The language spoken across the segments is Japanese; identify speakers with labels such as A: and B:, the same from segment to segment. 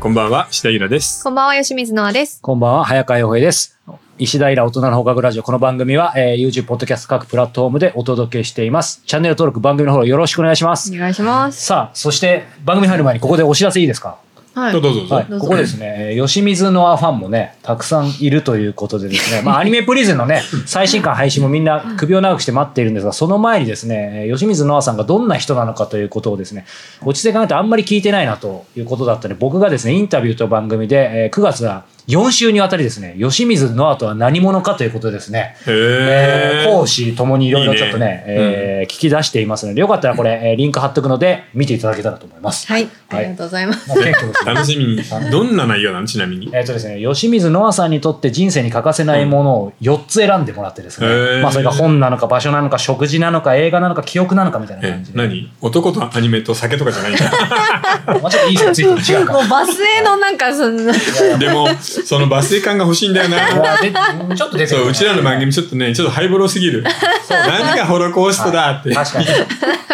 A: こんばんは、下井浦です。
B: こんばんは、吉水のあです。
C: こんばんは、早川洋平です。石平大人の放課後ラジオ。この番組は、えー YouTube、ポッドキャスト各プラットフォームでお届けしています。チャンネル登録、番組のフォローよろしくお願いします。
B: お願いします。
C: さあ、そして番組入る前にここでお知らせいいですか
B: は
A: どうぞどうぞ。
C: はい、
B: どうぞ
C: ここですね、えー吉水のアファンもね、たくさんいるということ でですね、まあ、アニメプリズンのね、最新刊配信もみんな首を長くして待っているんですが、その前にですね、えー吉水のアさんがどんな人なのかということをですね、落ち着いて考えてあんまり聞いてないなということだったので、僕がですね、インタビューと番組で、えー9月は4週にわたりですね、吉水のアとは何者かということでですね、え
A: へ
C: ー
A: ー
C: 講師ともにいろいろちょっとね、
A: いいね
C: えー聞き出していますので、よかったらこれ、えーリンク貼っとくので、見ていただけたらと思い ます。
B: はい、あ
C: は
B: り
C: い
B: がとうございます。
C: まあ謙虚ですね
A: 楽しみに。どんな内容なのちなみに。
C: えっとですね、吉水ノアさんにとって人生に欠かせないものを4つ選んでもらってですね、
A: へー
C: まあ、それが本なのか場所なのか食事なのか映画なのか記憶なのかみたいな
A: え
C: 感じ、で、
A: 何男とアニメと酒とかじゃないんだ
C: まあ、ちょっといいですよつい て違う
B: も
C: か
B: うバスへのなんか、そ の、
A: でも、そのバス感が欲しいんだよ
C: い
A: な。
C: やでちょっと出てく
A: そう、うちらの番組ちょっとね、ちょっとハイボロすぎる。何がホロコーストだって。
C: 確かに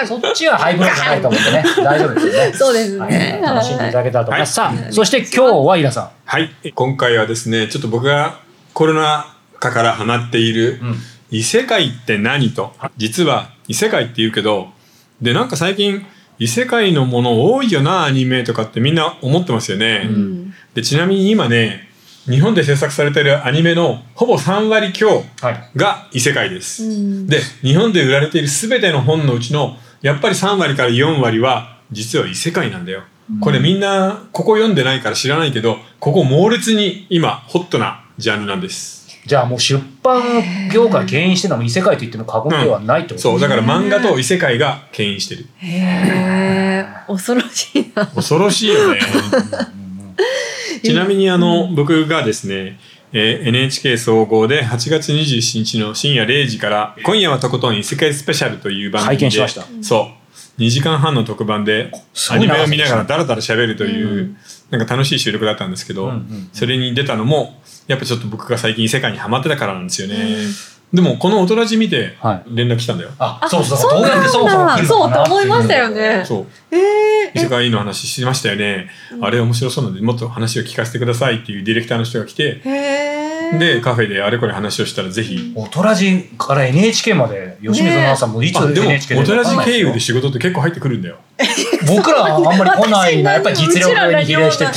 C: そっちはハイブラじゃないと思う んでね大丈夫ですよね
B: そうです
C: は
B: ね
C: い、。楽しんでいただけたらと思います、
A: はい
C: さあそして今日はイラさん
A: はい、今回はですね、ちょっと僕がコロナ禍からハマっている、
C: ん
A: 異世界って何と、実は異世界って言うけど、で、なんか最近、異世界のもの多いよな、アニメとかってみんな思ってますよね。
B: うん
A: で、ちなみに今ね、日本で制作されているアニメのほぼ3割強
C: はい
A: が異世界です。
B: うん
A: で、日本で売られている全ての本のうちの、やっぱり3割から4割は、実は異世界なんだよ。これみんな、ここ読んでないから知らないけど、ここ猛烈に今、ホットなジャンルなんです。
C: じゃあもう出版業界牽引してるのも異世界と言っても過言ではないってこと
A: そう、だから
B: へー
A: 漫画と異世界が牽引してる。
B: へー恐ろしいな。
A: 恐ろしいよね。ちなみにあの、僕がですね、えー NHK 総合で8月27日の深夜0時から、今夜はとことん異世界スペシャルという番組で。
C: 拝見しました
A: そう。2時間半の特番で、
C: す
A: ア
C: ごい
A: ニ
C: 長
A: メ
C: さ
A: を見ながらダラダラ喋るという、
B: う
A: なんか楽しい収録だったんですけど、
C: うんうんうん
A: それに出たのも、やっぱちょっと僕が最近異世界にハマってたからなんですよね。でも、この音ラジ見て
C: は、
A: 連絡来たんだよ。
C: あ そうそう
B: そう
C: どうやってそもそも来るのかな
B: そうと思いましたよね
A: そう。
B: ええ
A: 異世界の話しましたよね、あれ面白そうなんでもっと話を聞かせてくださいっていうディレクターの人が来て、
B: へー
A: でカフェであれこれ話をしたらぜひ、
C: おとらじから NHK まで吉水の朝もいつ
A: あでも
C: NHK
A: お
C: で
A: とらじ経由で
C: し
A: 仕事って結構入ってくるんだよ
C: 僕らはあんまり来ないなやっぱり実力に比例してる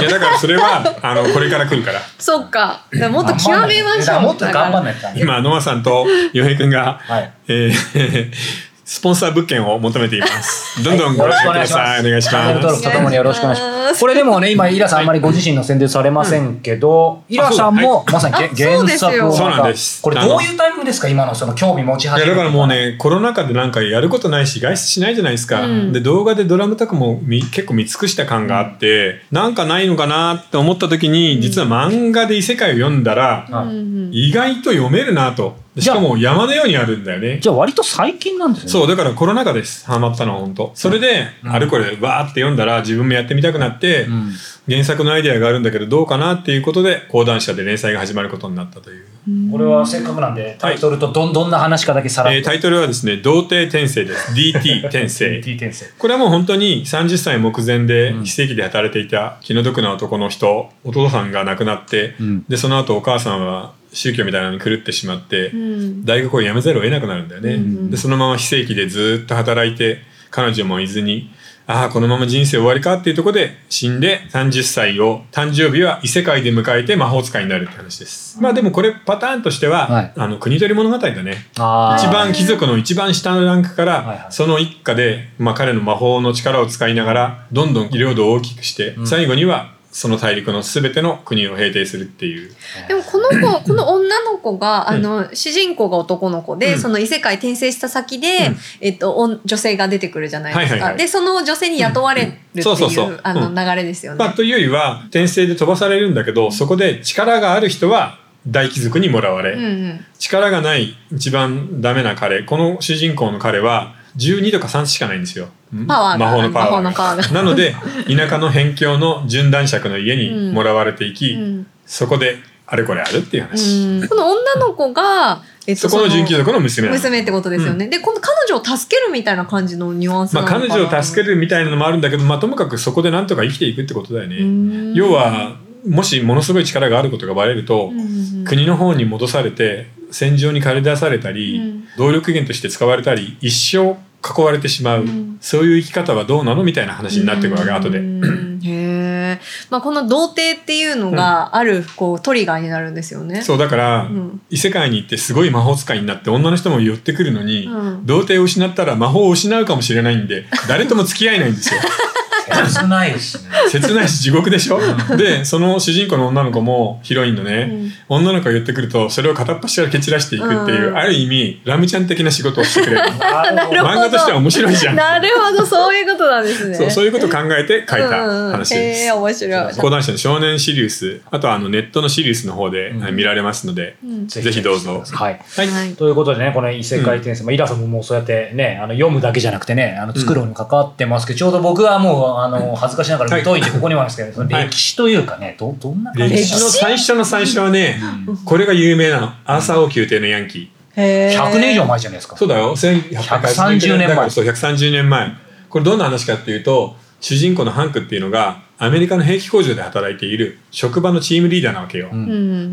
A: いやだからそれ はあのこれから来るから
B: そっか。だからもっと極めましょう。
C: もっと頑張ん
B: い。
C: ないとダメ
A: 今ノアさんと洋平くんが、
C: はい
A: えー スポンサー物件を求めていますどんどんご
C: よろ
A: 覧
C: しくお
A: く
C: 願
A: だ
C: いし
A: さ
C: ま
A: い
C: す。
A: お願いし
C: チャンネ
A: ま
C: ル登
A: す
C: 録とともによろしくお願いします。これでもね、今、イラさんあんまりご自身の宣伝されませんけど、イラさんもまさに
B: あそう
C: 原
B: ですよ
C: 作を。
A: そうなんです
C: これどういうタイミングですか今のその興味持ち
A: い
C: 始
A: や
C: め
A: だからもう。ねコロナ禍でなんかやることないし外出しないじゃないですか、
B: うん
A: で動画でドラムとかもみ結構見尽くした感があって、なんかないのかなって思った時に実は漫画で異世界を読んだら、
B: う
C: は
B: ん
C: い
B: うん
A: 意外と読めるなとでしかも山のようにあるんだよね
C: じゃあ割と最近なんですね。
A: そうだからコロナ禍ですハマったのは本当それで、
C: うん
A: あれこれわーって読んだら自分もやってみたくなって、
C: うん。
A: 原作のアイデアがあるんだけどどうかなっていうことで講談社で連載が始まることになったという、
C: これはせっかくなんで、タイトルとどんどんな話かだけさら
A: え
C: っ
A: ータイトルはですね「童貞転生」です DT 転生
C: T 転生。
A: これはもう本当に30歳目前で
C: うん
A: 非正規で働いていた気の毒な男の人、お父さんが亡くなって、
C: うん
A: で、その後お母さんは宗教みたいなのに狂ってしまって、
B: うん
A: 大学を辞めざるを得なくなるんだよね。
B: うん
A: で、そのまま非正規でずっと働いて、彼女もいずに、ああ、このまま人生終わりかっていうところで死んで30歳を、誕生日は異世界で迎えて魔法使いになるって話です。まあでもこれパターンとしては、
C: はい
A: あの、国取り物語だね。
C: あー
A: 一番貴族の一番下のランクか
C: はい
A: ら
C: はい
A: その一家で、まあ、彼の魔法の力を使いながらどんどん領土を大きくして、
C: うん
A: 最後にはその大陸の全ての国を平定するっていう
B: でもこの 子、この女の子が、
A: うん
B: あの、主人公が男の子で、
A: うん
B: その異世界転生した先で、
A: うん
B: えっと、お女性が出てくるじゃないですか。
A: はいはいはい
B: で、その女性に雇われるってい
A: そうそうそうう、
B: あ
A: う
B: の、
A: ん
B: 流れですよね。
A: まあ、というよりは転生で飛ばされるんだけどそこで力がある人は大貴族にもらわれ、
B: うんうん。
A: 力がない一番ダメな彼この主人公の彼は12とか3しかないんですよ
B: パワーが
A: 魔法のパワー
B: 魔法のパワー
A: なので田舎の辺境の純男爵の家にもらわれていき、
B: うん
A: そこであれこれあるっていう話、
B: うんこの女の子が、えっ
A: そこの純金属の娘なの
B: 娘ってことですよね。で、この彼女を助けるみたいな感じのニュアンスな
A: まあ、
B: のかな
A: 彼女を助けるみたいなのもあるんだけど、まあ、ともかくそこでなんとか生きていくってことだよね、
B: うん
A: 要はもしものすごい力があることがバレると、
B: うんうんうん
A: 国の方に戻されて戦場に駆り出されたり、
B: うん
A: 動力源として使われたり一生囲われてしまう、
B: うん
A: そういう生き方はどうなのみたいな話になってくるわけ、後
B: う
A: で。
B: んへえ。まあこの童貞っていうのがあるこうトリガーになるんですよね。
A: そうだから、
B: うん
A: 異世界に行ってすごい魔法使いになって女の人も寄ってくるのに、
B: うん
A: 童貞を失ったら魔法を失うかもしれないんで誰とも付き合えないんですよ。
D: 切ないしね。
A: 切ないし地獄でしょでその主人公の女の子もヒロインのね、女の子が寄ってくるとそれを片っ端から蹴散らしていくっていう、
B: うん
A: ある意味ラムちゃん的な仕事をしてくれる
C: な
B: るほど
A: 漫画としては面白いじゃん
B: なるほどそういうことなんですね。
A: そうそう
B: いう
A: いうことを考えて書いた話です。
B: へえ面白い。
A: 講談社の少年シリウスあとはあのネットのシリウスの方で
C: うん
A: 見られますので、
B: うん
A: ぜひどうぞ。
C: はい。
A: はい
B: はい
C: ということでね、この異世界転生、まあ、イラさんももうそうやってね、あの読むだけじゃなくてね、あの作るのに関わってますけど、ちょうど僕はもう、あの、恥ずかしながら疎いってここにもあるんですけど、その歴史というかね、ど、どんな感じ
A: 歴
C: です
A: 史
C: か
A: の最初の最初はね、
C: うん
A: これが有名なのアーサー王宮廷のヤンキー
B: へえ
C: ?100 年以上前じゃないですか。
A: そうだよ
C: 130
A: 1880
C: 年
A: だから
C: 前
A: そう130年前これどんな話かっていうと主人公のハンクっていうのがアメリカの兵器工場で働いている職場のチームリーダーなわけよ、
C: うん
B: う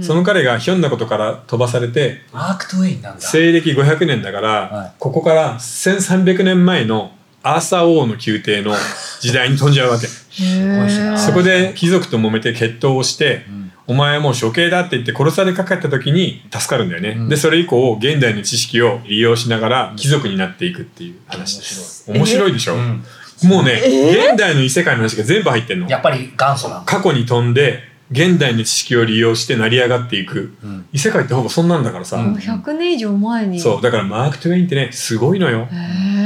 B: ん
A: その彼がひょんなことから飛ばされて
D: マーク・トウェインなんだ。
A: 西暦500年だから、
C: はい
A: ここから1300年前のアーサー王の宮廷の時代に飛んじゃうわけ
C: ごいですね
A: そこで貴族と揉めて決闘をして、
C: うん
A: お前はもう処刑だって言って殺されかかった時に助かるんだよね、
C: ん
A: でそれ以降現代の知識を利用しながら貴族になっていくっていう話です、面白いでしょ、
C: うん
A: もうね、現代の異世界の話が全部入ってんの
C: やっぱり元祖なんだ。
A: 過去に飛んで現代の知識を利用して成り上がっていく、
C: うん
A: 異世界ってほぼそんなんだからさ、
C: うん
B: 100年以上前に。
A: そうだからマーク・トゥエインってねすごいのよ、
B: へ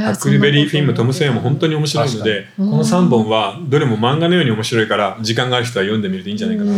B: え。
A: ハックルベリー・フィンもトム・セイヤも本当
B: に
A: に面白いのでこ
B: に
A: の3本はどれも漫画のように面白いから時間がある人は読んでみるといいんじゃないかな、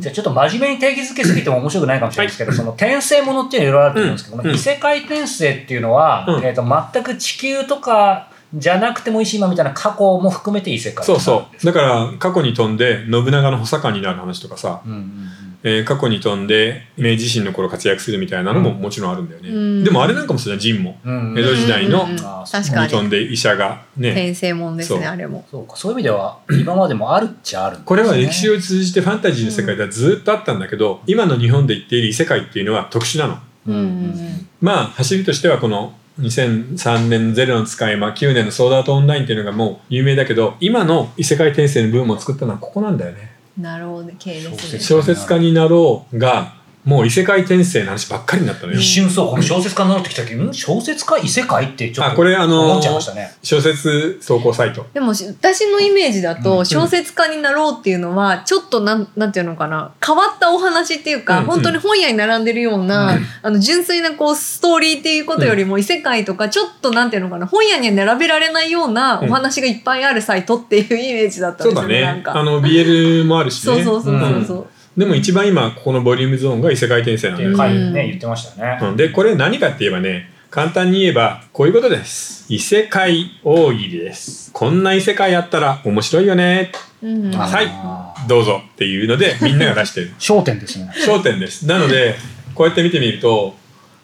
C: じゃあちょっと真面目に定義づけすぎても面白くないかもしれないですけど、その転生ものっていうのいろいろあると思うんですけど、
A: うん
C: この異世界転生っていうのは、
A: うん
C: えっ、と、全く地球とかじゃなくてもいいし、今みたいな過去も含めて異世界
A: そうそうだから過去に飛んで信長の補佐官になる話とかさ、
C: うんうんうん。
A: えー過去に飛んで明治維新の頃活躍するみたいなのももちろんあるんだよね、
B: うん
A: でもあれなんかもそうじゃん仁も
C: うん
A: 江戸時代の
B: うんうんうん
C: あー
B: 確
A: に
B: か
A: 飛
B: に
A: んで医者がね
B: 転生もんです
A: そ
B: ね
A: う
B: あれも。
C: そうか、そういう意味では、今までもあるっちゃあるんですね
A: これは歴史を通じてファンタジーの世界ではずっとあったんだけど今の日本で言っている異世界っていうのは特殊なの
C: うんうん
A: まあ走りとしてはこの2003年「ゼロの使い魔」9年の「ソードアートオンライン」っていうのがもう有名だけど今の異世界転生のブームを作ったのはここなんだよね
B: なるほど系ですね。
A: 小説家になろうがもう異世界転生の話ばっかりになったのよ
C: 一瞬そう、この小説家になってきた時、ん小説家異世界ってちょっと
A: あこれあのー
C: 思っちゃいましたね。
A: 小説投稿サイト
B: でもし私のイメージだ
C: う
B: と小説家になろうっていうのはちょっとなんなんていうのかな変わったお話っていう
A: うん
B: か、
A: うん
B: 本当に本屋に並んでるような、あの純粋なこうストーリーっていうことよりも異世界とかちょっとなんていうのかな本屋には並べられないようなお話がいっぱいあるサイトっていうイメージだったん
A: そう
B: です
A: だ
B: よねなん
A: ね
B: か
A: あの BL もあるし
B: そう
A: ね
B: そうそうそうそう。
A: でも一番今ここのボリュームゾーンが異世界転生な
C: っ
A: ん
C: て
A: だよ
C: いう
A: ね
C: 回
B: う
C: ね
B: ん、
C: 言ってましたよね。
A: うんでこれ何かって言えばね簡単に言えばこういうことです異世界大喜利ですこんな異世界あったら面白いよね
B: うんうん
C: あー
A: はいどうぞっていうのでみんなが出してる
C: 焦点ですね。
A: 焦点ですなのでこうやって見てみると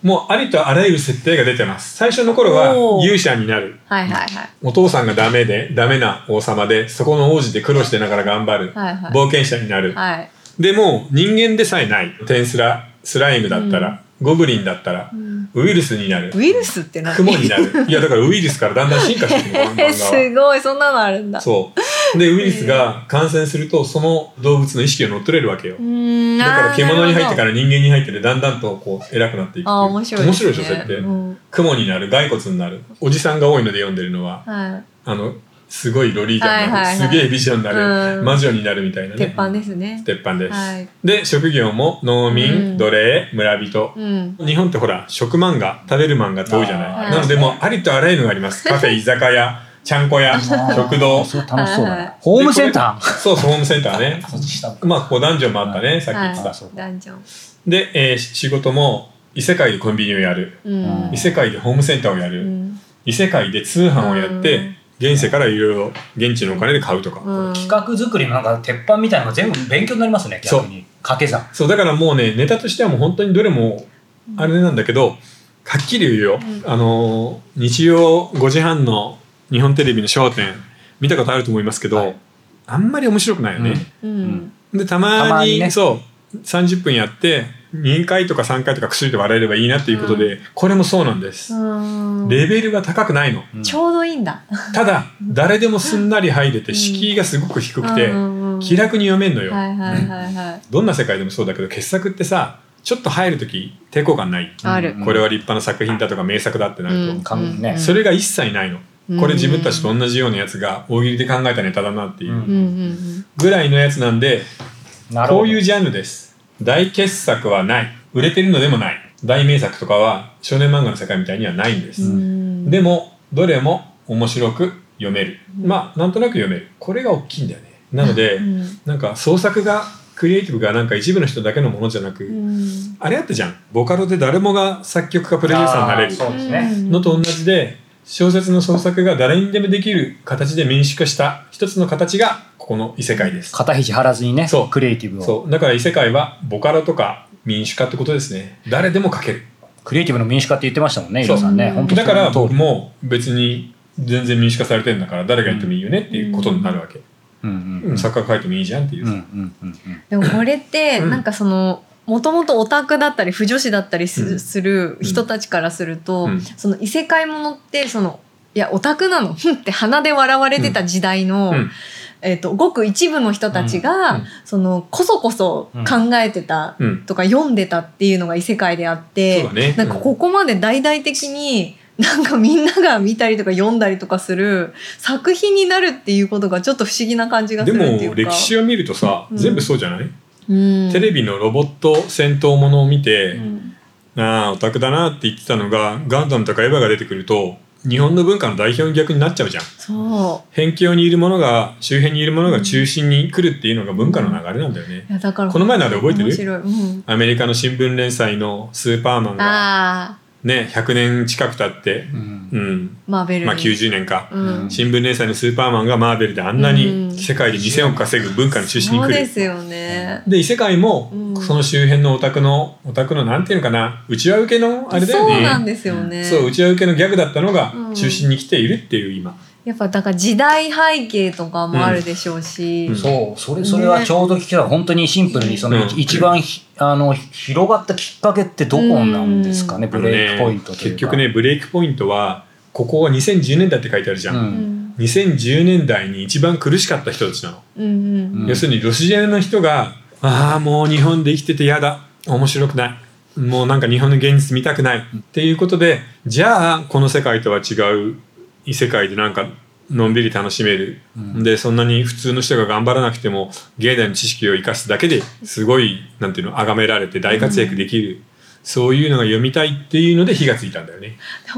A: もうありとあらゆる設定が出てます最初の頃
B: お
A: は
B: ー
A: 勇者になる
B: はいはいはい。
A: お父さんがダメでダメな王様でそこの王子で苦労してながら頑張る、
B: はいはい
A: 冒険者になる、
B: はい。
A: でも人間でさえないテンスラスライムだったら、ゴブリンだったら、ウイルスになる
B: ウイルスって何
A: 雲にな る。いや、だからウイルスからだんだん進化していくの、この漫
B: え
A: 画は。
B: すごいそんなのあるんだ。
A: そう。で、ウイルスが感染すると、その動物の意識を乗っ取れるわけよ
B: う。ーん。
A: だから獣に入ってからら人間に入ってで、だんだんとこう、偉くなっていくっていう。
B: あー面白い
A: 面
B: で
A: 白
B: すね
A: いでしょ、設定
B: うん。
A: 雲になる、骸骨になる。おじさんが多いので読んでるのは、
B: なるほどはい。
A: あの、すごいロリーガンになる、
B: はいはいはい
A: すげえ美女になる、
B: うん
A: 魔女になるみたいな
B: 鉄
A: ね。
B: 板ですね。
A: 鉄板です。
B: はい
A: で、職業も農民、
B: うん
A: 奴隷、村人、
B: うん。
A: 日本ってほら食漫画食べる漫画って多いじゃ
C: あ
A: な
B: ー
A: いなのでもうありとあらゆるのがあり ますカフェ居酒屋ちゃんこ屋食堂
C: そう楽しそう
B: はい
C: だ
B: は
C: ね
B: い。
C: ホームセンタ
A: ーそうそうホームセンターね
C: ーそっち下
A: まあここダンジョンもあったねさっき言ってた、
C: あそう
B: は
C: か
B: い。ダンジョン。
A: で、えー仕事も異世界でコンビニをやる
B: うん
A: 異世界でホームセンターをや
B: う
A: る、
B: ん。
A: 異世界で通販をやって、
B: うん
A: 現世からいろいろ現地のお金で買うとか、
B: うん
C: 企画作りのなんか鉄板みたいなのが全部勉強になりますね、
A: そう
C: 逆に。掛け算。
A: そうだからもうねネタとしてはもう本当にどれもあれなんだけどはっきり言うよ、
B: う
A: あの日曜5時半の日本テレビの『笑点』見たことあると思いますけど、
C: はい
A: あんまり面白くないよね。
B: うん
A: でたまに
C: たまにね
A: そう30分やって2回とか3回とか薬で笑えればいいなっていうことで、これもそうなんです、
B: うん
A: レベルが高くないの
C: うん
B: ちょうどいいんだ。
A: ただ誰でもすんなり入れて敷居がすごく低くて、
B: うん
A: 気楽に読めんのよ、
B: はいはいはいはい。
A: どんな世界でもそうだけど傑作ってさちょっと入る時抵抗感ない、
B: ある
C: うん
A: これは立派な作品だとか名作だってなると、
B: うん
C: 感覚ね
B: うん
A: それが一切ないの、
B: うん
A: これ自分たちと同じようなやつが大喜利で考えたネタだなっていううん
B: うんんうん
A: ぐらいのやつなんで、
C: なるほ
A: こ
C: ど。
A: ういうジャンルです大傑作はない売れてるのでもない大名作とかは少年漫画の世界みたいにはないんです、
B: うん。
A: でもどれも面白く読める
B: うん
A: まあなんとなく読めるこれが大きいんだよねなので、
B: うん、
A: なんか創作がクリエイティブがなんか一部の人だけのものじゃなく、
B: うん
A: あれあったじゃんボカロで誰もが作曲家プロデューサーになれ
C: あーそ
A: る
C: うですね。
A: のと同じで小説の創作が誰にでもできる形で民主化した一つの形がここの異世界です
C: 肩肘張らずにね
A: そう、
C: クリエイティブを。
A: そうだから異世界はボカロとか民主化ってことですね誰でも書ける
C: クリエイティブの民主化って言ってましたもんね、
A: そう
C: 伊藤さんね。
B: うん
C: 本当
A: だ
C: そ
A: か
C: の
A: ら
C: 通り
A: 僕も別に全然民主化されてるんだから誰がやってもいいよねっていうことになるわけ、
C: うんう
A: うんん、作家が書いてもいいじゃんっていう、
C: うんうんうんうん
B: でもこれって
A: うん
B: なんかそのもともとオタクだったり不女子だったりす
A: う
B: る
A: ん
B: する人たちからすると、
A: うん
B: その異世界ものってそのいやオタクなの ふんって鼻で笑われてた時代の、
A: うん
B: えっとごく一部の人たちが、
A: うん
B: そのこそこそ考えてた
A: うん
B: とか読んでたっていうのが異世界であって、
A: そうだね
B: なんかここまで大々的になんかみんなが見たりとか読んだりとかする作品になるっていうことがちょっと不思議な感じがす
A: で
B: るっていう
A: も
B: か。
A: 歴史を見るとさ、
B: うん
A: 全部そうじゃない、
B: うん
A: テレビのロボット戦闘ものを見て、
B: うん
A: ああオタクだなって言ってたのがガンダムとかエヴァが出てくると日本の文化の代表に逆になっちゃうじゃん
B: そ
A: 辺境にいるものが周辺にいるものが中心に来るっていうのが文化の流れなんだよね
B: う。いやだから
A: この前のあれ覚えてる
B: 面白い。うん、
A: アメリカの新聞連載の「スーパーマン」が
B: ああ、
A: ね100年近く経って
C: う、ん
A: うん
B: マーベルに。
A: まあ、90年か、
B: うん。
A: 新聞連載の「スーパーマン」がマーベルであんな
B: うん
A: に世界で2000億稼ぐ文化の中心に
B: そ
A: 来
B: う
A: る。
B: ですよね。
A: で異世界も
B: うん
A: その周辺のオタクのオタクのなんていうのかな内輪受けのあれだよね
B: そうなんですよね。
A: そう、内輪受けのギャグだったのが
B: うん
A: 中心に来ているっていう今。
B: やっぱだから時代背景とかもあるでしょうし。
A: うん
C: そう、それ、それはちょうど聞きた本当にシンプルに、その
A: うん
C: 一番ひ、あの、広がったきっかけってどこなんですかね、
A: あ
C: ブ
A: の
C: レイ
A: ね
C: クポイントというか。
A: 結局ね、ブレイクポイントは、ここは2010年代って書いてあるじゃ。
C: うん。
B: うんん。
A: 2010年代に一番苦しかった人たちなの。
B: うんうん
C: うん
A: 要するにロシアの人が、ああ、もう日本で生きてて嫌だ。面白くない。もうなんか日本の現実見たくない。っていうことで、じゃあ、この世界とは違う異世界でなんか、のんびり楽しめる
C: うん
A: でそんなに普通の人が頑張らなくても芸大の知識を生かすだけですごいなんていうの崇められて大活躍できる、そういうのが読みたいっていうので火がついたんだよね。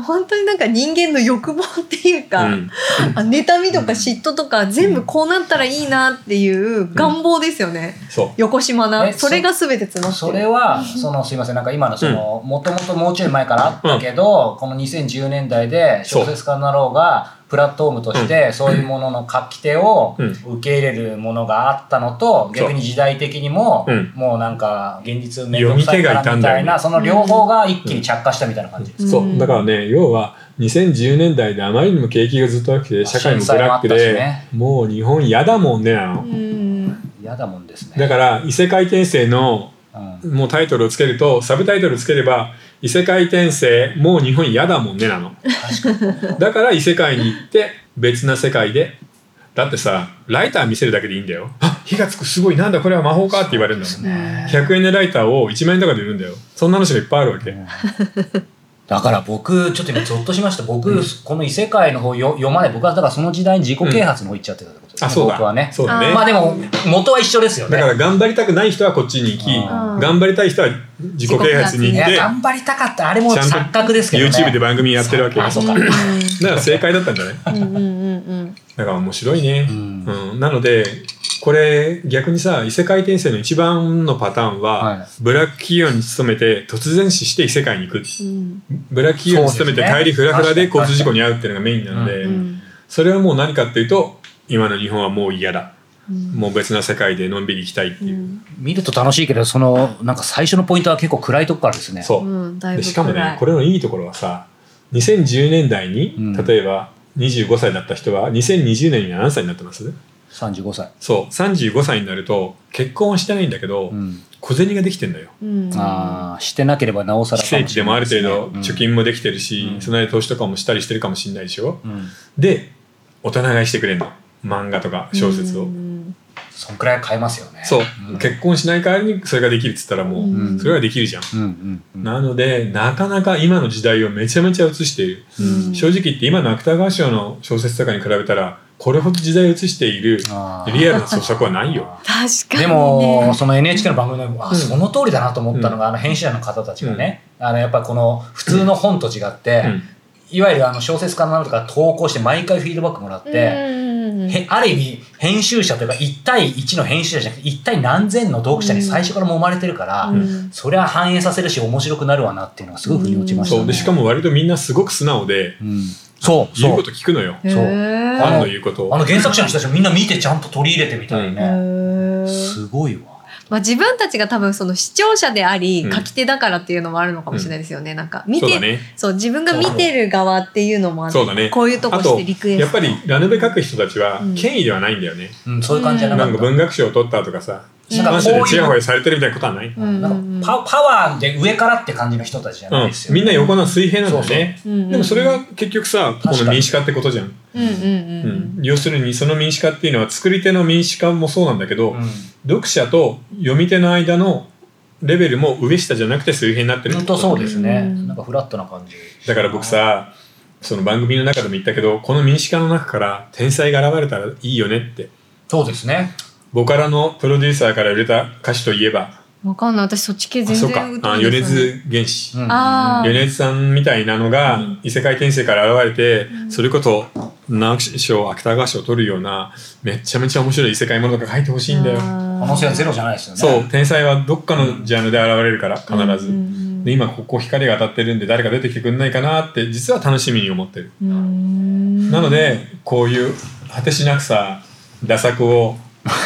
B: 本当になんか人間の欲望っていうか、
A: うん
B: あ妬みとか嫉妬とか全部こうなったらいいなっていう願望ですよね、
A: そ
B: 横島な
C: え
B: それが全て詰まって
C: そ
B: る
C: れは、その、すいません、なんか今のその、もともともうちょい前からあったけど、この2010年代で小説家になろうが、プラットフォームとして、そういうものの書き手を
A: うん
C: 受け入れるものがあったのと、逆に時代的にも
A: うん、
C: もうなんか、現実面倒くさいか
A: 読み手
C: ら
A: がいたん
C: み
A: だよ
C: た
A: ね
C: いな、その両方が一気に着火したみたいな感じです
A: う,、
B: うん
A: そうだからね要は2010年代であまりにも景気がずっと悪くて社会もブラック
C: 震災
A: で
C: もあったし
A: もう日本嫌だもんねなの、
B: うん
C: 嫌だもんですね。
A: だから異世界転生の
C: うん
A: もうタイトルをつけるとサブタイトルつければ「異世界転生もう日本嫌だもんね」なの
C: 確かに。
A: だから異世界に行って別な世界でだってさライター見せるだけでいいんだよあ火がつくすごいなんだこれは魔法かって言われるんだもん、
C: ね
A: 100円でライターを1万円とかで売るんだよそんな話がいっぱいあるわけ、
C: だから僕、ちょっと今、ゾッとしました。僕、この異世界の方よ読まない。僕は、だからその時代に自己啓発の方行っちゃってたってことですね。
A: あそうだ
C: 僕はね。
A: そうだ
B: あ
A: ね
B: ー
C: まあでも、元は一緒ですよね。
A: だから頑張りたくない人はこっちに行き
C: あ
B: ー
A: 頑張りたい人は自己啓発に
C: い
A: 行っ
C: や、
A: て
C: 頑張りたかった。あれも
A: ちゃんと
C: 錯覚ですけどね。
A: YouTube で番組やってるわけよ
C: あ、そう
A: だ
C: か。
A: から正解だったんじゃない
B: うんうんうんうん
A: だから面白いね、
C: う
A: うんんなのでこれ逆にさ異世界転生の一番のパターンは、
C: はい
A: ブラック企業に勤めて突然死して異世界に行く
B: うん
A: ブラック企業に勤めて帰りフラフラで交通事故に遭うっていうのがメインなので、
B: うん
A: それはもう何かっていうと今の日本はもう嫌だ
B: うん
A: もう別な世界でのんびり行きたいって
B: う
A: いう、
B: ん
C: 見ると楽しいけど、その、なんか最初のポイントは結構暗いとこからですね。
A: そう、
B: うんだいぶ
A: でしかも
B: 暗
A: ね
B: い
A: これのいいところはさ2010年代に、
C: うん
A: 例えば25歳だった人は2020年には何歳になってます
C: 35歳。
A: そう35歳になると結婚はしてないんだけど、
C: うん。
A: 小銭ができてんだよ
B: うん
C: ああ、してなければなおさら
A: 非正規でもある程度貯
C: も
A: 金もできてるし、
C: うん
A: その間投資とかもしたりしてるかもしれないでしょ
C: しれないですね。うんうん
A: で大人買いしてくれんの漫画とか小説を、
B: うん
D: そんくらいは変えますよね。
A: そう、
D: うん
A: 結婚しない代わりにそれができるっつったらもう、
B: うん
A: それはできるじゃん、
C: うんうん
A: なのでなかなか今の時代をめちゃめちゃ映している、
B: うん
A: 正直言って今の芥川賞の小説とかに比べたらこれほど時代を映している
C: あー
A: リアルな創作はない よ。
B: 確かにね
C: でも、その NHK の番組の、あ、
A: うん
C: その通りだなと思ったのが、あの編集者の方たちがね、あの、やっぱこの、普通の本と違って、
A: うん
C: いわゆるあの小説家のなんとか投稿して毎回フィードバックもらっ
B: う
C: て、
B: ん
C: へある意味編集者というか1対1の編集者じゃなくて1対何千の読者に最初からもう生まれてるから、
B: うん
C: そりゃ反映させるし面白くなるわなっていうのがすごい腑に落ちましたね。
A: そうでしかも割とみんなすごく素直で
C: うん、そう
A: 言う
C: そ
A: こ
C: う
A: と聞くのよ
B: へ
C: そう
A: フ
B: ー
A: ァンの言うこと
D: あ
A: を
D: の原作者の人たちもみんな見てちゃんと取り入れてみたい
B: へ
D: ね。
B: ー
C: すごいわ。
B: まあ、自分たちが多分その視聴者であり
A: うん
B: 書き手だからっていうのもあるのかもしれないですよね、なんか見
A: そ
B: て
A: う
B: そう,、
A: だね
B: 自分が見てる側っていうのもあって
A: そうだね
B: こういうとこ
A: あ
B: し
A: と
B: てリクエスト
A: やっぱりラノベ書く人たちは
B: うん
A: 権威ではないんだよね、
C: うん、そういう感じじゃな
A: なん
C: か
A: か
C: った。
A: 文学賞を取ったとかさ
B: うん
A: マ
C: なん
A: ジ
C: か
A: で
C: こう
A: ち
C: い
A: や
C: う
A: ほやされてるみたいなことはない、
B: うん
C: なんかパパワーで上からって感じの人たちじゃないです
A: うん、
C: よ、ね
A: みんな横の水平なんだよね
B: そうそううんうん
A: でもそれが結局さこ
C: 確か
A: の
C: に
A: 民主化ってことじゃん、
B: うんうんう
A: うんん、要するにその民主化っていうのは作り手の民主化もそうなんだけど、
C: う
A: 読者と読み手の間のレベルも上下じゃなくて水平になって
C: ん、
A: る
C: 本当そうですね、
B: うん
C: なんかフラットな感じ
A: だから僕さその番組の中でも言ったけどこの民主化の中から天才が現れたらいいよねって
C: そうですね
A: ボカラのプロデューサーから売れた歌手といえば
B: わかんない私そっち系
A: あ
B: 全
A: そう
B: 然
A: か
B: 疎
A: あ
B: いで
A: 米
B: すよね
A: 津玄師
C: うん
B: あー
A: 米津さんみたいなのが異世界転生から現れて、それこそ直木賞芥川賞を取るようなめちゃめちゃ面白い異世界ものとか書いてほしいんだよ。
C: 可能性はゼロじゃないですよね
A: そう天才はどっかのジャンルで現れるから必ず、
B: うんうんうん
A: で今ここ光が当たってるんで誰か出てきてくんないかなって実は楽しみに思ってる、
B: うーん
A: なのでこういう果てしなくさ打作を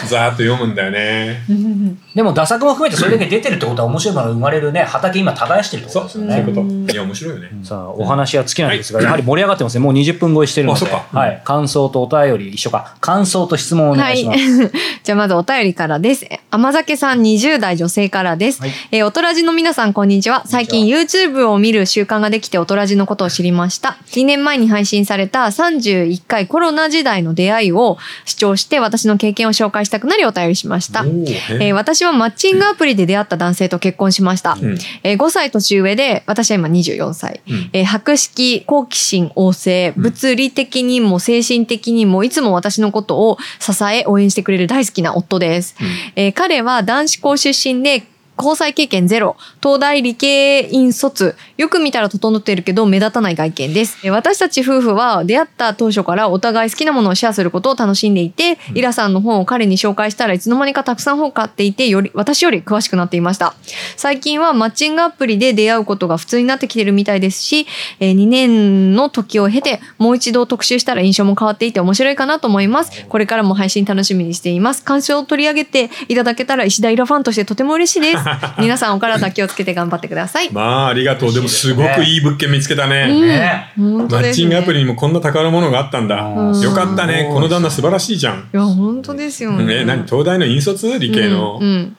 A: ざーっと読むんだよね
B: うんうん
C: でも打作も含めてそれだけ出てるってことは面白いものが生まれるね畑今耕してるってこと
A: そ
C: で
A: うそう
C: すよね
A: いうこ
B: うん
A: といや面白いよね、
C: さあお話は尽きないんですが、やはり盛り上がってますねもう20分超えしてるの
A: あそ
C: で、
A: っか
C: はい、感想とお便り一緒か感想と質問をお願いします、
B: はい。 じゃあまずお便りからです。え甘酒さん20代女性からです。
C: はい
B: えー、おとらじの皆さんこんにちは。最近 YouTube を見る習慣ができておとらじのことを知りました。2年前に配信された31回コロナ時代の出会いを主張して私の経験を紹介したくなりお便りしました。
A: おーへ
B: えー私はマッチングアプリで出会った男性と結婚しました。
A: うん
B: えー5歳年上で、私は今24歳。
A: うん
B: えー博識、好奇心旺盛、物理的にも精神的にもいつも私のことを支え、応援してくれる大好きな夫です。えー彼は男子校出身で、交際経験ゼロ、東大理系院卒、よく見たら整っているけど目立たない外見です。えー私たち夫婦は出会った当初からお互い好きなものをシェアすることを楽しんでいて、
A: ん
B: イラさんの本を彼に紹介したらいつの間にかたくさん本を買っていて、より、私より詳しくなっていました。最近はマッチングアプリで出会うことが普通になってきてるみたいですし、えー2年の時を経てもう一度特集したら印象も変わっていて面白いかなと思います。これからも配信楽しみにしています。感想を取り上げていただけたら石田イラファンとしてとても嬉し いです。皆さんお体気をつけて頑張ってください。
A: まあありがとうでもすごくいい物件見つけたね、
B: うん
D: ね
B: 本
A: マ
B: 当
A: ッ
B: です
A: チン
B: ね
A: グアプリにもこんな宝物があったんだ。
C: うん
A: よかった
C: う
A: ね。
C: ん
A: この旦那素晴らしいじゃん。
B: いや本当ですよね。
A: ね、何東大の引率理系の、
B: うん、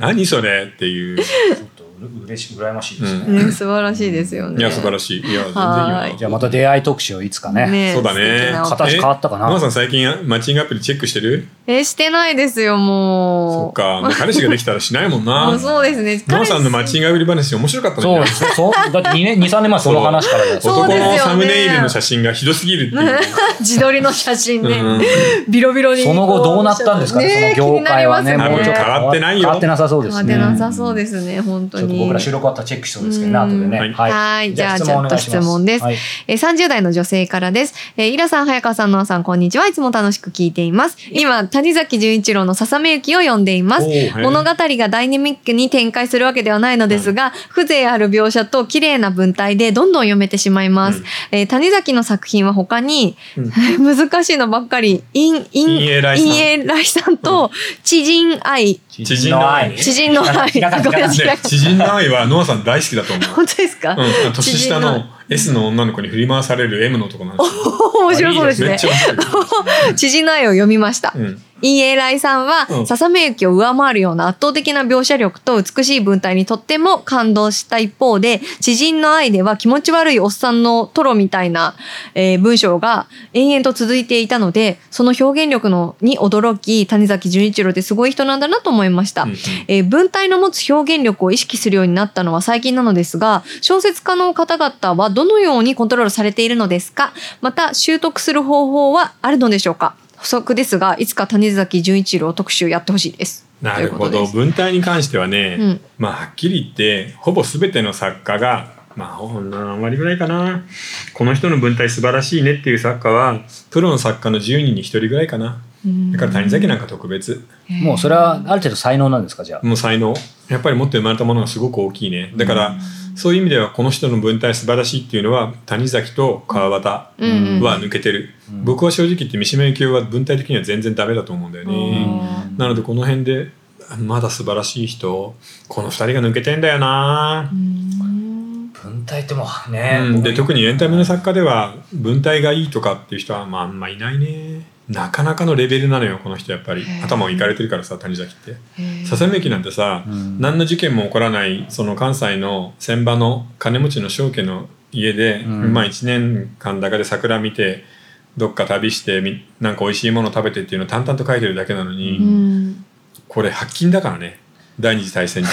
A: 何それっていう、
D: ちょっとうれし羨ましいです
B: うん
D: ね。
B: ね素晴らしいですよね。
A: いや素晴ら
B: し
A: しいいや全然いい
B: はーい
A: よ
C: じゃあまた出会い特集をいつかね
A: そうだね
C: 形変わったかな
A: ママさん最近マッチングアプリチェックしてる
B: えしてないですよもう。
A: そっかもう彼氏ができたらしないもん
B: も
A: な
B: うそうですね。
A: ママさんのマッ
B: チ
A: チングアプリ話面白かった
C: そう
A: ね
C: ですそうだって2年23年前その話からです
B: そう
A: 男
B: そうですよ
A: の
B: ね
A: サムネイルの写真がひどすぎるっていう
B: 自撮りの写真
A: う
B: ね、
A: んうん
B: ビロビロに
C: その後どうなったんですか
B: え
C: ねその業界はね
B: 気になり
A: も
B: ま
A: うち
B: す
A: ょっ
B: ね
A: と変わってないよ
C: 変わってなさそうで
B: 変わ
C: す
B: っ
C: ね
B: てなさそうですね本
A: ち
B: 当
A: ょっ
C: ょっと僕ら収録終わったらチェックしそうですけどね、
B: うん
C: 後でね。
A: はい
B: はいじゃあ
C: 質問お願いし
B: ちょっと質問です
C: ますはい
B: えー、30代の女性からです。えー、イラさん、早川さん、ノアさん、こんにちは。いつも楽しく聞いています。今、谷崎潤一郎のささめゆきを読んでいます
A: おーへ。ー
B: 物語がダイナミックに展開するわけではないのですが、風情ある描写と綺麗な文体でどんどん読めてしまいます。
A: うん
B: えー谷崎の作品は他に、 難しいのばっかり、イン、イ
A: 陰影
B: ン、
A: 来さん
B: 陰影来さんと、知人愛、
A: 知人の愛。
B: 知人の愛。
D: ひらがな
B: ごめんなさい
A: ね知人の愛はノアさん大好きだと思う。
B: 本当ですか、
A: うん、年下
B: 知
A: の
B: 人
A: S の女の子に振り回される M の男なんですよ。
B: 面白そうです
A: め
B: ね
A: っ。ちゃ面
B: 知人の愛を読みました。
A: 白い。うん
B: インエライさん
A: う
B: は、
A: ん
B: ささめゆきを上回るような圧倒的な描写力と美しい文体にとっても感動した一方で、知人の愛では気持ち悪いおっさんのトロみたいな、えー文章が延々と続いていたので、その表現力のに驚き、谷崎潤一郎ってすごい人なんだなと思いました。
A: うんうん
B: えー文体の持つ表現力を意識するようになったのは最近なのですが、小説家の方々はどのようにコントロールされているのですかまた、習得する方法はあるのでしょうか補足ですが、いつか谷崎潤一郎特集やってほしいです。
A: なるほ
B: という
A: ど
B: ことで
A: 文体に関してはね、
B: うん
A: まあはっきり言ってほぼ全ての作家がまあほんの何割ぐらいかなこの人の文体素晴らしいねっていう作家はプロの作家の10人に1人ぐらいかな
B: うん
A: だから谷崎なんか特別
C: もうそれはある程度才能なんですか、じゃあ。
A: もう才能やっぱり持って生まれたものがすごく大きいねだから、そういう意味ではこの人の文体素晴らしいっていうのは谷崎と川端
B: うんうん
A: は抜けてる、
C: うん
A: 僕は正直言って三島由紀夫は文体的には全然ダメだと思うんだよね、
B: うん
A: なのでこの辺でまだ素晴らしい人この2人が抜けてんだよな、
B: うん
D: 文体ってもう
A: う
D: ね、
A: んで特
D: に
A: にエンタメの作家では文体がいいとかっていう人はまああんまいないねなかなかのレベルなのよこの人やっぱり
B: へえ
A: 頭をいかれてるからさ谷崎って笹めきなんてさ、
C: うん
A: 何の事件も起こらないその関西の船場の金持ちの正家の家で、
C: うん
A: まあ1年間だけで桜見てどっか旅してみなんか美味しいもの食べてっていうのを淡々と書いてるだけなのに、
B: うん
A: これ発禁だからね第二次大戦中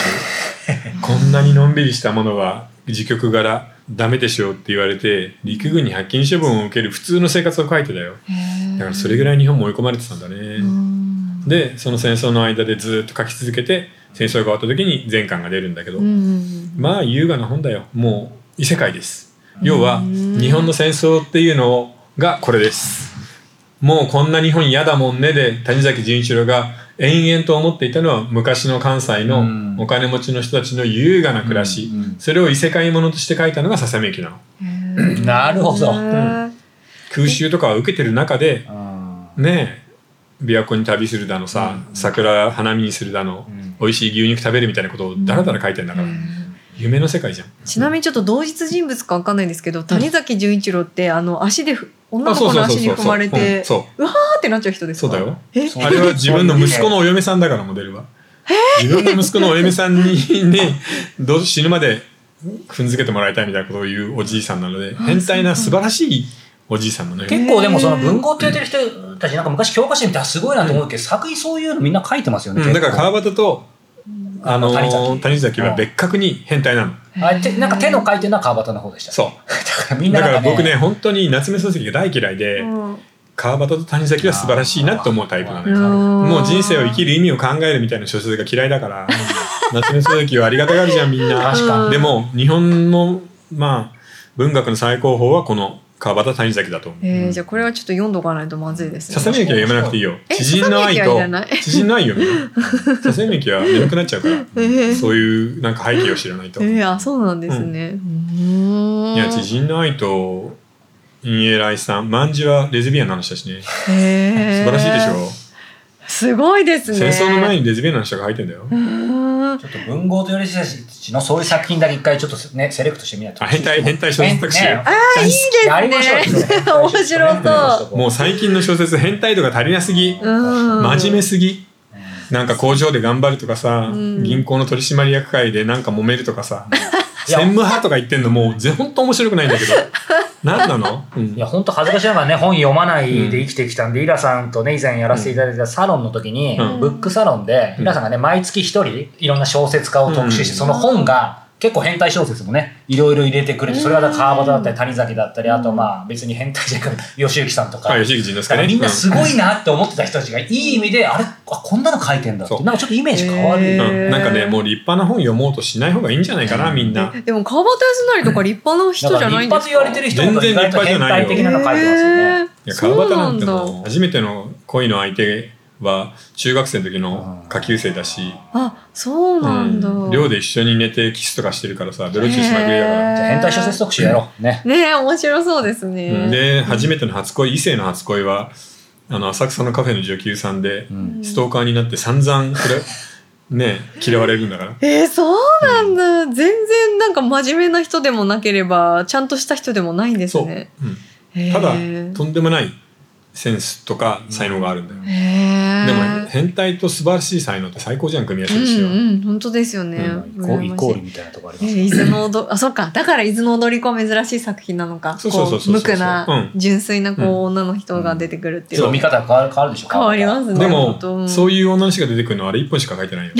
A: こんなにのんびりしたものは自局柄ダメでしょうって言われて陸軍に発禁処分を受ける普通の生活を書いてだよだからそれぐらい日本も追い込まれてたんだね、
B: うん
A: でその戦争の間でずっと書き続けて戦争が終わった時に全巻が出るんだけど、
B: うん
A: まあ優雅な本だよもう異世界です要は
B: うん
A: 日本の戦争っていうのがこれですもうこんな日本嫌だもんねで谷崎潤一郎が延々と思っていたのは昔の関西
C: う
A: の
C: ん
A: お金持ちの人たちの優雅な暮らし、
C: うんうん
A: それを異世界ものとして書いたのがささめきなの
C: なるほど
B: へー
A: 空襲とかを受けてる中で
C: うん
A: ねえ琵琶湖に旅するだのさ、桜花見にするだの、
C: うん
A: 美味しい牛肉食べるみたいなことをだらだら書いてるんだから、夢の世界じゃん
B: ちなみにちょっと同一人物かわかんないんですけど、谷崎潤一郎ってあの足でふ女の子の足に踏まれて、
A: あそうそうそうそううんそう
B: わーってなっちゃう人ですか。
A: そうだよ。
B: え、
C: そう
A: あれは自分の息子のお嫁さんだからモデルは。自分の息子のお嫁さんにね、どう死ぬまで踏んづけてもらいたいみたいなことを言うおじいさんなので、変態な素晴らしいおじいさんなのよ。
C: 結
D: 結構でもその文豪って言ってる人たちなんか昔教科書で見たらすごいなと思うけど、作品そういうのみんな書いてますよね。
A: うんだか
C: 結構
A: ら川端と、あの
D: 谷崎
A: 谷崎は別格に変態なの。
D: あ手なんか手の書いてるのは川端の方でした。
A: そ
D: だからみ
A: う。
D: んな
A: だか
D: な
A: ら
D: んか、ね、
A: 僕ね、本当に夏目漱石が大嫌いで、
B: うん
A: 川端と谷崎は素晴らしいなと思うタイプなの
B: う
A: よ。
B: ん
A: もう人生を生きる意味を考えるみたいな小説が嫌いだから、夏目漱石はありがたがるじゃん、みんな。
D: 確
B: かに
A: でも、日本の、まあ、文学の最高峰はこの川端谷崎だと思う。
B: えー、じゃあこれはちょっと読んどかないとまずいですね。
A: ささみゆきは読めなくていいよ。
B: え
A: 知人の愛
B: ささみゆ
A: と
B: きはいらない、
A: 知人の愛読めよ。ささみゆきは眠くなっちゃうから、
B: えー、
A: そういうなんか背景を知らないと。
B: え
A: い
B: ーあそうなんですね。うーん、
A: や、知人の愛と、陰影来さん、万事はレズビアンの話だしね。素
B: へー
A: 晴らしいでしょ。
B: すごいです
A: 戦
B: ね。
A: 争の前
B: に。
A: にレズビアンの人が入ってんだよ。
D: ちょっと文豪と言われる人たちのそういう作品だけ一回ちょっとね、セレクトしてみないと。
A: あ変態変態小説特集
D: ねね
B: あーいいですね。
D: やりましょうよ。
B: 面白そう。
A: もう最近の小説、変態度が足りなすぎ。
B: うん。
A: 真面目すぎなんか工場で頑張るとかさ、
B: うん
A: 銀行の取締役会でなんか揉めるとかさ
D: いや
A: 専務派とか言ってんのもうぜほんと面白くないんだけど何なの、うん
C: いや、本当恥ずかしながらね、本読まないで生きてきたんで、イラさんとね、以前やらせていただいたサロンの時に、
A: うん
C: ブックサロンで、
A: うん
C: イラさんがね、毎月一人、いろんな小説家を特集して、
A: うん
C: その本が、
D: 結構変態小説もね、いろいろ入れてくれて、それはだから川端だったり谷崎だったり、あとまあ別に変態じゃなくて、 吉行さんとか。
A: はい、吉口
D: だ
A: 仁之
D: か
A: 助
D: ら
A: ね。
D: みんなす
A: い、
D: ごいなって思ってた人たちがいい意味で、あれあこんなの書いてんだって
A: そ、う
D: なんかちょっとイメージ変わる。
B: へ
A: う
B: ー
A: ん。なんかね、もう立派な本読もうとしない方がいいんじゃないかな、みんな。
B: でも川端康成とか立派な
D: だ
B: 人
D: か
B: じ
D: ら
B: ゃ
D: 一
B: ないんです
D: 発
B: か
D: 言われてる人が意外と変態的なの書いてますよね。
A: い
B: へー
A: や川
B: そう
A: 端
B: な
A: なん
B: ん
A: て
B: だ
A: もう初めての恋の相手は中学生の時の下級生だし、
B: あそうなんだ、
A: うん寮で一緒に寝てキスとかしてるからさベロチューしまくりだから
B: へ。
D: じゃあ変態小説特集やろ
C: ね。
B: ねえ面白そうですね、
A: うんで初めての初恋異性の初恋はあの浅草のカフェの女給さんで
C: うん。
A: ストーカーになって散々くら ね嫌われるんだから
B: えー、そうなんだ、全然なんか真面目な人でもなければちゃんとした人でもないんです
A: そう、
B: ね
A: うん
B: へー
A: ただとんでもないセンスとか才能があるんだよ、
B: へー
A: でも変態と素晴らしい才能って最高じゃん組み合わせですよ、
B: うんうん本当ですよね、
A: う
B: 羨ましい
C: イコールみたいなとこあります
B: え
C: ね。
B: ー伊豆の踊りあそっかだから伊豆の踊り子は珍しい作品なのか
A: そうそうそうそう
B: こ
A: そう
B: 無垢な
A: う
B: 純粋なこう、女の人が出てくるって
D: う。
B: いう
D: そう、見方が変わる変わるでしょ
B: 変わりますね
A: で
B: 本当う
A: も
B: ん
A: そういう女の人が出てくるのはあれ1本しか書いて ないよ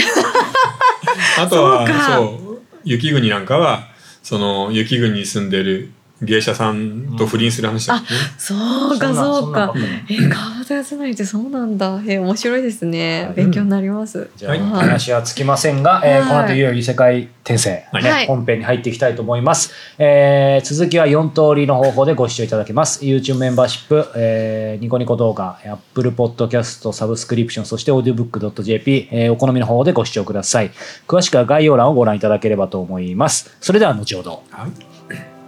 A: あとは
B: そうか
A: そう雪国なんかはその雪国に住んでる芸者さんと不倫する話だよね、
B: そうかそうかえー、川端康成ってそうなんだえー、面白いですね
C: はい
B: 勉強になります、
C: じゃあ、
A: はい
C: 話はつきませんが、え
B: は
C: ー
B: い
C: この後いよいよ異世界転生、
A: はい
C: ね
B: はい
C: 本編に入っていきたいと思います、えー続きは4通りの方法でご視聴いただけます YouTube メンバーシップ、えーニコニコ動画 Apple Podcast サブスクリプションそして audiobook.jp、えーお好みの方法でご視聴ください詳しくは概要欄をご覧いただければと思いますそれでは後ほど
A: はい